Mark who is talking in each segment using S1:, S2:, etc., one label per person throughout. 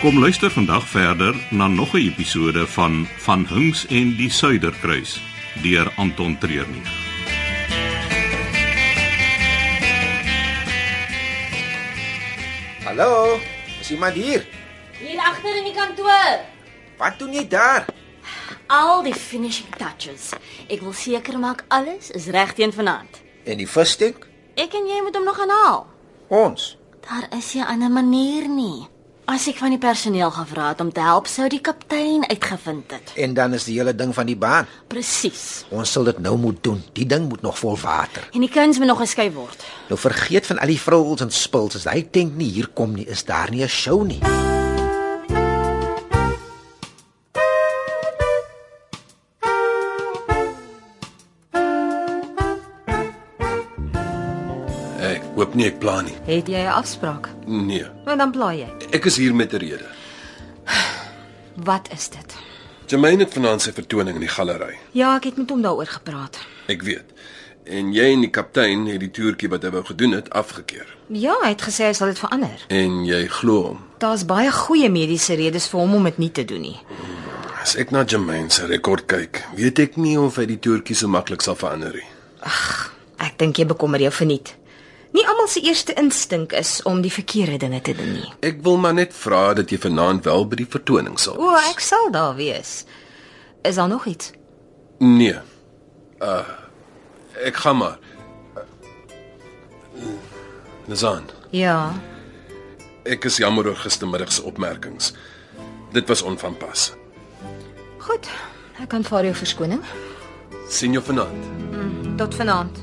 S1: Kom luister vandag verder na nog 'n episode van Van Hinks en die Suiderkruis deur Anton Treurnig.
S2: Hallo, is iemand hier?
S3: Hier agter in die kantoor.
S2: Wat doen jy daar?
S3: Al die finishing touches. Ek wil seker maak alles is reg teen vanaand.
S2: En die visstek?
S3: Ek en jy moet hom nog aanhaal.
S2: Ons.
S3: Daar is 'n ander manier nie. As ek van die personeel gevra het om te help, sou die kaptein uitgevind het.
S2: En dan is die hele ding van die baan.
S3: Presies.
S2: Ons sal dit nou moet doen. Die ding moet nog vol water.
S3: En die kuns moet nog geskei word.
S2: Nou vergeet van al die vrouels en spils. As hy dink nie hier kom nie, is daar nie 'n show nie.
S4: Ek hoop nie ek pla nie.
S5: Het jy 'n afspraak?
S4: Nee,
S5: Nou dan pla jy.
S4: ek is hier met 'n rede.
S5: Wat is dit?
S4: Jermaine het vanaand sy vertoning in die galery.
S5: Ja, ek het met hom daaroor gepraat.
S4: Ek weet. En jy en die kaptein het die toertjie wat hy wou gedoen het afgekeur.
S5: Ja, hy het gesê hy sal dit verander.
S4: En jy glo hom.
S5: Daar's baie goeie mediese redes vir hom om dit nie te doen nie.
S4: As ek na Jermaine se rekord kyk, weet ek nie of hy die toertjie so maklik sal verander nie.
S5: Ek dink jy bekommer jou verniet. Nie almal se eerste instink is om die verkeerde dinge te doen nie.
S4: Ek wil maar net vra dat jy vanaand wel by die vertoning sal
S5: O,
S4: wees.
S5: ek sal daar wees. Is daar nog iets?
S4: Nee. Uh ek gaan maar. Uh, Nazan.
S5: Ja,
S4: Ek is jammer oor gistermiddag se opmerkings. Dit was onvanpas.
S5: goed. Ek aanvaar jou verskoning.
S4: Sien jou vanaand.
S5: Tot vanaand.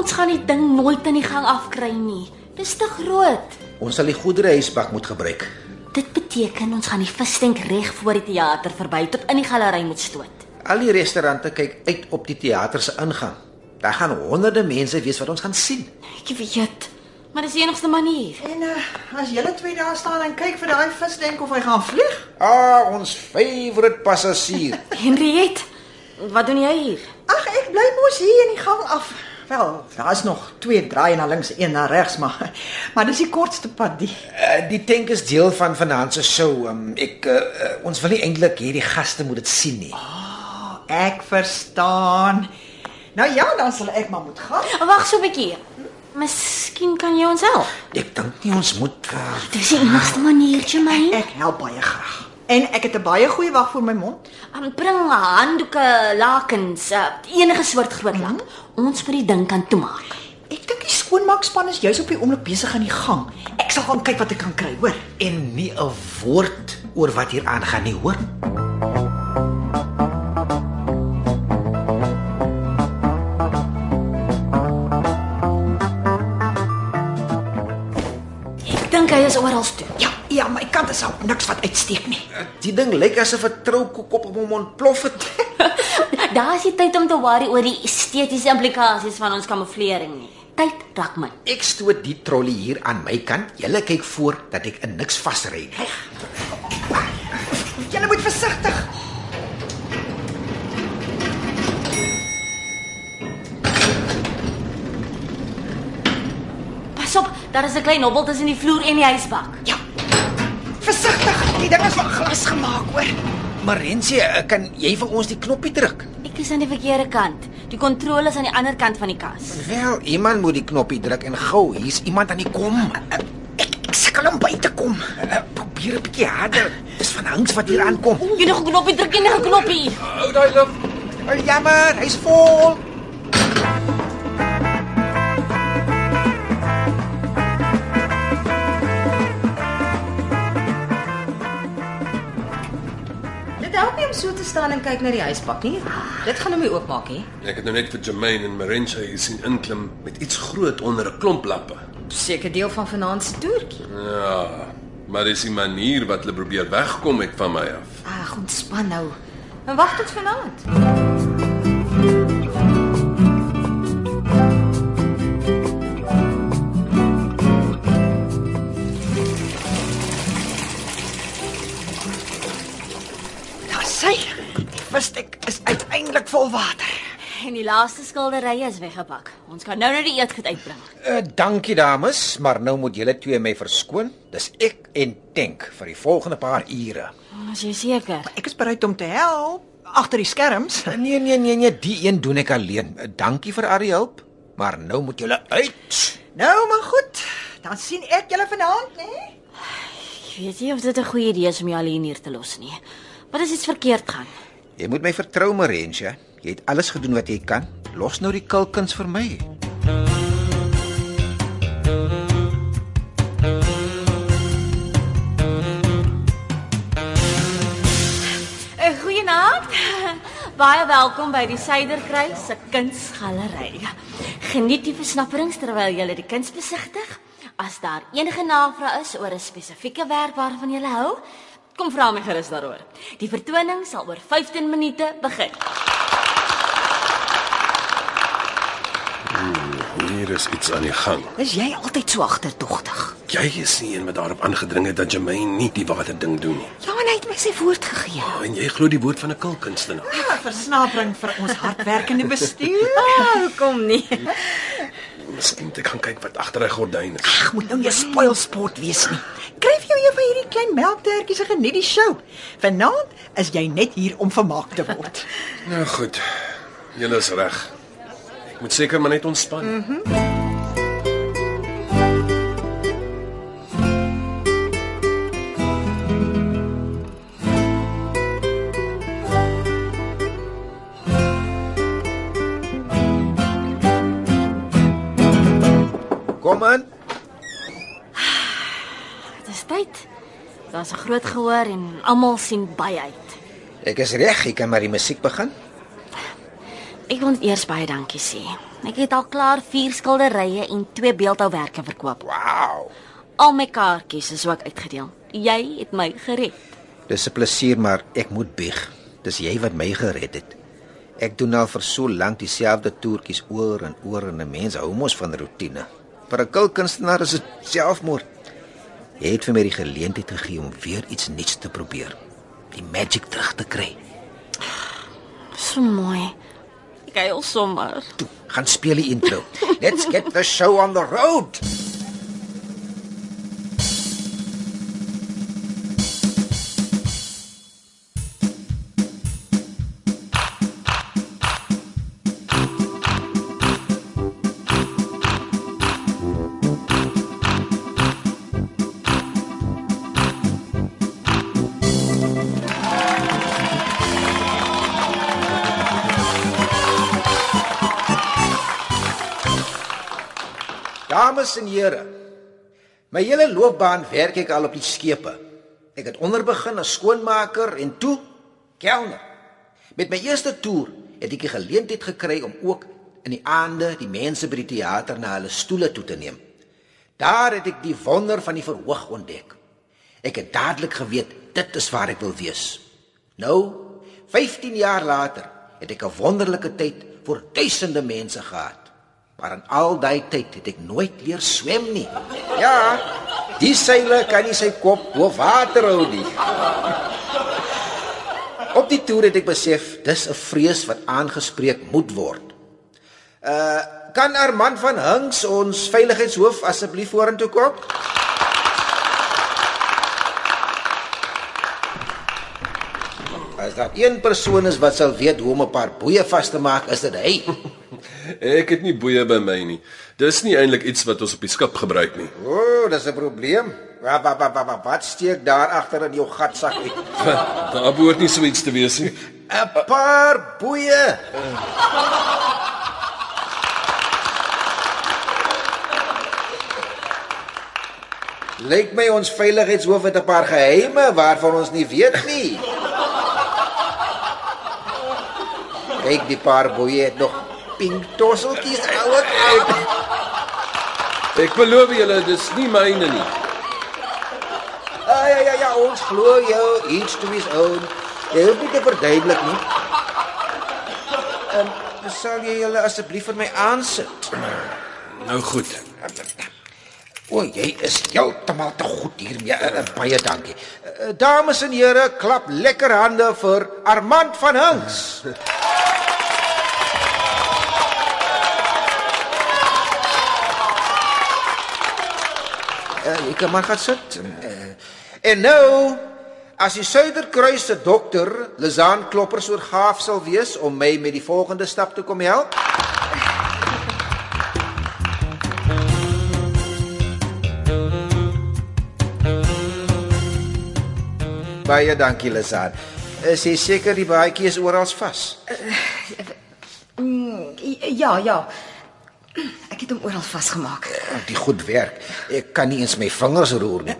S3: Ons gaan die ding nooit in die gang afkry nie. Dis te groot.
S2: Ons sal die goedere huisbak moet gebruik.
S3: Dit beteken ons gaan die visstenk reg voor die teater verby tot in die galery moet stoot.
S2: Al die restaurante kyk uit op die teater se ingang. Daar gaan honderde mense wees wat ons gaan sien.
S3: Ek weet, maar dis die enigste manier.
S6: En uh, as julle twee daar staan en kyk vir daai vis dink of hy gaan vlieg,
S2: Ah, ons favourite passasier.
S3: Henriet, wat doen jy hier?
S6: ag ek bly mos hier in die gang af. Wel, daar's nog twee draaie na links, een na regs, maar maar dis die kortste pad die.
S2: Uh, die tank is deel van vanaand se show. Um, ek uh, uh, ons wil nie eintlik hê die gaste moet dit sien nie.
S6: Ek verstaan. Nou ja, dan sal ek maar moet gaan.
S3: Wag so 'n bietjie. Miskien kan jy ons help.
S2: Ek dink nie ons moet uh,
S3: Dis die enigste manier, Jemai.
S6: Ek help baie graag. En ek het 'n baie goeie wag vir my mond.
S3: Um, bring handdoeke, lakens, uh, enige soort groot lak. Ons moet die ding kan toemaak.
S6: Ek dink die skoonmaakspan is juis op die oomblik besig aan die gang. Ek sal gaan kyk wat ek kan kry, hoor.
S2: en nie 'n woord oor wat hier aangaan nie, hoor?
S3: Ek dink hy is oral toe.
S6: Ja, ja, my kant is al niks wat uitsteek nie.
S2: Die ding lyk asof 'n troukoek op hom ontplof het.
S3: Daar's nie tyd om te worry oor die estetiese implikasies van ons kamouflering nie. Tyd raak min.
S2: Ek stoot die trollie hier aan my kant. Julle kyk voor dat ek in niks vasry.
S6: Julle moet versigtig.
S3: Pas op, daar is 'n klein hobbel tussen die vloer en die huisbak.
S6: Ja. Versigtig, die ding is van glas gemaak, hoor.
S2: Marensie, kan jy vir ons die knoppie druk?
S3: Ek is aan die verkeerde kant. Die kontrole is aan die ander kant van die kas.
S2: Wel, iemand moet die knoppie druk en gou, hier's iemand aan die kom. Ek, ek sukkel om by te kom. Eh, Probeer 'n bietjie harder. Dis van Hanks wat hier aankom.
S3: Jy nog 'n knoppie druk, jy nog 'n knoppie.
S4: Hou daai lig.
S2: Oh, jammer, hy's vol.
S5: Dit help nie om so te staan en kyk na die huispak nie. Dit gaan hom nie oopmaak nie.
S4: Ek het nou net vir Jermaine en Marencha hier sien inklim met iets groot onder 'n klomp lappe.
S5: Seker deel van vanaand se toertjie.
S4: Ja, maar dis die manier wat hulle probeer wegkom het van my af.
S5: Ag, ontspan nou. En wag tot vanaand.
S2: sy visstek is uiteindelik vol water.
S3: En die laaste skilderye is weggepak. Ons kan nou net die eetgoed uitbring.
S2: Uh, dankie dames, maar nou moet julle twee my verskoon. Dis ek en Tank vir die volgende paar ure.
S3: Oh, As jy seker.
S6: Ek is bereid om te help agter die skerms.
S2: Nee nee nee nee, die een doen ek alleen. Uh, Dankie vir al die hulp, maar nou moet julle uit.
S6: Nou maar goed, dan sien ek julle vanaand, né? Nee?
S3: Ek weet nie of dit 'n goeie idee is om jou alleen hier te los nie. Wat as iets verkeerd gaan?
S2: Jy moet my vertrou, Marensha. Jy het alles gedoen wat jy kan. Los nou die kulkuns vir my.
S3: Uh, Goeienaand. Baie welkom by die Suiderkruis se kunsgalery. Geniet die versnapperings terwyl jy die kuns besigtig. As daar enige navraag is oor 'n spesifieke werk waarvan jy hou, kom vra my gerus daaroor. Die vertoning sal oor 15 minute begin.
S4: Hier is iets aan die gang.
S5: Is jy altyd so agterdogtig?
S4: Jy is die een wat daarop aangedring het dat Jermaine nie die waterding doen nie. Ah,
S5: Ja, en hy het my sy woord gegee.
S4: En jy glo die woord van 'n kulkunstenaar.
S6: Ja, versnapering vir ons hardwerkende bestuur.
S5: Ah, hoekom nie?
S4: Miskien moet ek gaan kyk wat agter hy gordyn is.
S6: Ag, moet nou nie spoilsport wees nie. Kryf jou een van hierdie klein melktertjies en geniet die show. Vanaand is jy net hier om vermaak te word.
S4: Nou goed. Julle is reg. Ek moet seker maar net ontspan. Mm -hmm.
S2: Kom in.
S3: Dit is tyd. Daar's 'n groot gehoor en almal sien baie uit.
S2: Ek is reg, ek kan maar die musiek begin.
S3: Ek wil net eers baie dankie sê. Ek het al klaar 4 skilderye en 2 beeldhouwerke verkoop.
S2: Wow.
S3: Al my kaartjies is ook uitgedeel. Jy het my gered.
S2: Dis 'n plesier, maar ek moet bieg. Dis jy wat my gered het. Ek doen al vir so lank dieselfde toertjies oor en oor en 'n mens hou mos van rotine. Vir 'n kulkunstenaar is dit selfmoord. Jy het vir my die geleentheid gegee om weer iets nuuts te probeer. Die magic terug te kry.
S3: So mooi. Ek huil sommer.
S2: Toe, gaan speel die intro. Let's get the show on the road. Dames en here, my hele loopbaan werk ek al op die skepe. Ek het onderbegin as skoonmaker en toe kelner. Met my eerste toer het ek die geleentheid gekry om ook in die aande die mense by die teater na hulle stoele toe te neem. Daar het ek die wonder van die verhoog ontdek. Ek het dadelik geweet dit is waar ek wil wees. Nou, 15 jaar later, het ek 'n wonderlike tyd vir duisende mense gehad. Maar in al daai tyd het ek nooit leer swem nie. Ja, die seile kan nie sy kop bo water hou nie. Op die toer het ek besef dis 'n vrees wat aangespreek moet word. Uh, kan Armand van Hinks ons veiligheidshoof asseblief vorentoe kom? As daar een persoon is wat sal weet hoe om 'n paar boeie vas te maak, is dit hy.
S4: Ek het nie boeie by my nie. Dis nie eintlik iets wat ons op die skip gebruik nie.
S2: O, oh, dis 'n probleem. Wat wat wat wat, wat steek daar agter in jou gatsak uit?
S4: Daar behoort nie so iets te wees nie.
S2: 'n Paar boeie. Lyk my ons veiligheidshoof het 'n paar geheime waarvan ons nie weet nie. Kyk, die paar boeie het nog pink tosseltjies ouer uit.
S4: Ek beloof julle dis nie myne nie.
S2: Ah, ja ja ja, ons glo jou each to his own. Jy hoef nie te verduidelik nie. Ehm sal jy julle asseblief vir my aansit?
S4: Nou goed.
S2: O, jy is heeltemal te goed hiermee. Eh, eh, Baie dankie. Eh, Eh, Dames en here, klap lekker hande vir Armand van Hinks. Eh, Ek kan maar gaan sit. Eh, En nou, as die Suiderkruis se dokter, Lizaan Kloppers oorgaaf sal wees om my met die volgende stap te kom help. Baie dankie Lizaan. Is jy seker die baadjie is oral vas?
S5: Ja, ja. Ek het hom oral vasgemaak.
S2: Die goed werk. Ek kan nie eens my vingers roer nie.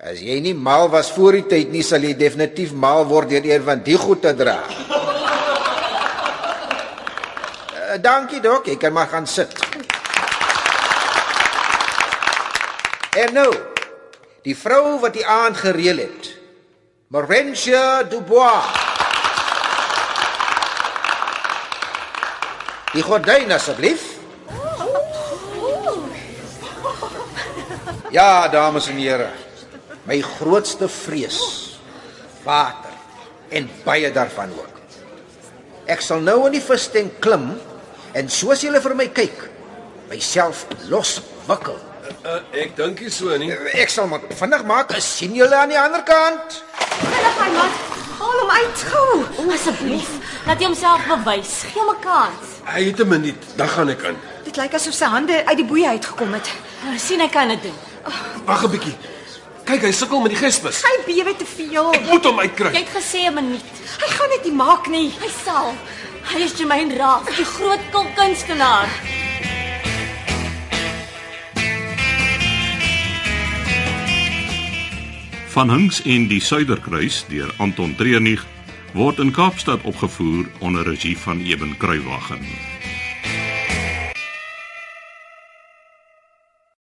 S2: As jy nie mal was voor die tyd nie, sal jy definitief mal word deur een van die goed te dra. Eh, Dankie dok, ek kan maar gaan sit. En nou, die vrou wat die aand gereël het. Marentia Dubois. Die gordyn asseblief. Ja, dames en here. My grootste vrees water en baie daarvan ook. Ek sal nou in die vistent klim en soos julle vir my kyk, myself loswikkel.
S4: Uh, ek dink nie so nie.
S2: Ek sal maar vinnig maak, is sien julle aan die ander kant.
S5: Vinnig, my man. Haal hom uit gou.
S3: O, asseblief, laat hy homself bewys. Gee hom 'n kans.
S4: Hy het 'n minuut, dan gaan ek in.
S5: Dit lyk asof sy hande uit die boeie uitgekom het.
S3: Nou, sien hy kan dit doen.
S4: Wag 'n bietjie. Kyk, hy sukkel met die gispus.
S5: Hy bewe te veel.
S4: Ek moet hom
S3: Jy
S4: uitkry.
S3: het gesê 'n minuut.
S5: Hy gaan dit nie maak nie.
S3: Hy sal. Hy is Jermaine Raaf, die groot kunstenaar.
S1: Van Hinks en die Suiderkruis deur Anton Treurnig word in Kaapstad opgevoer onder regie van Eben Kruiwagen.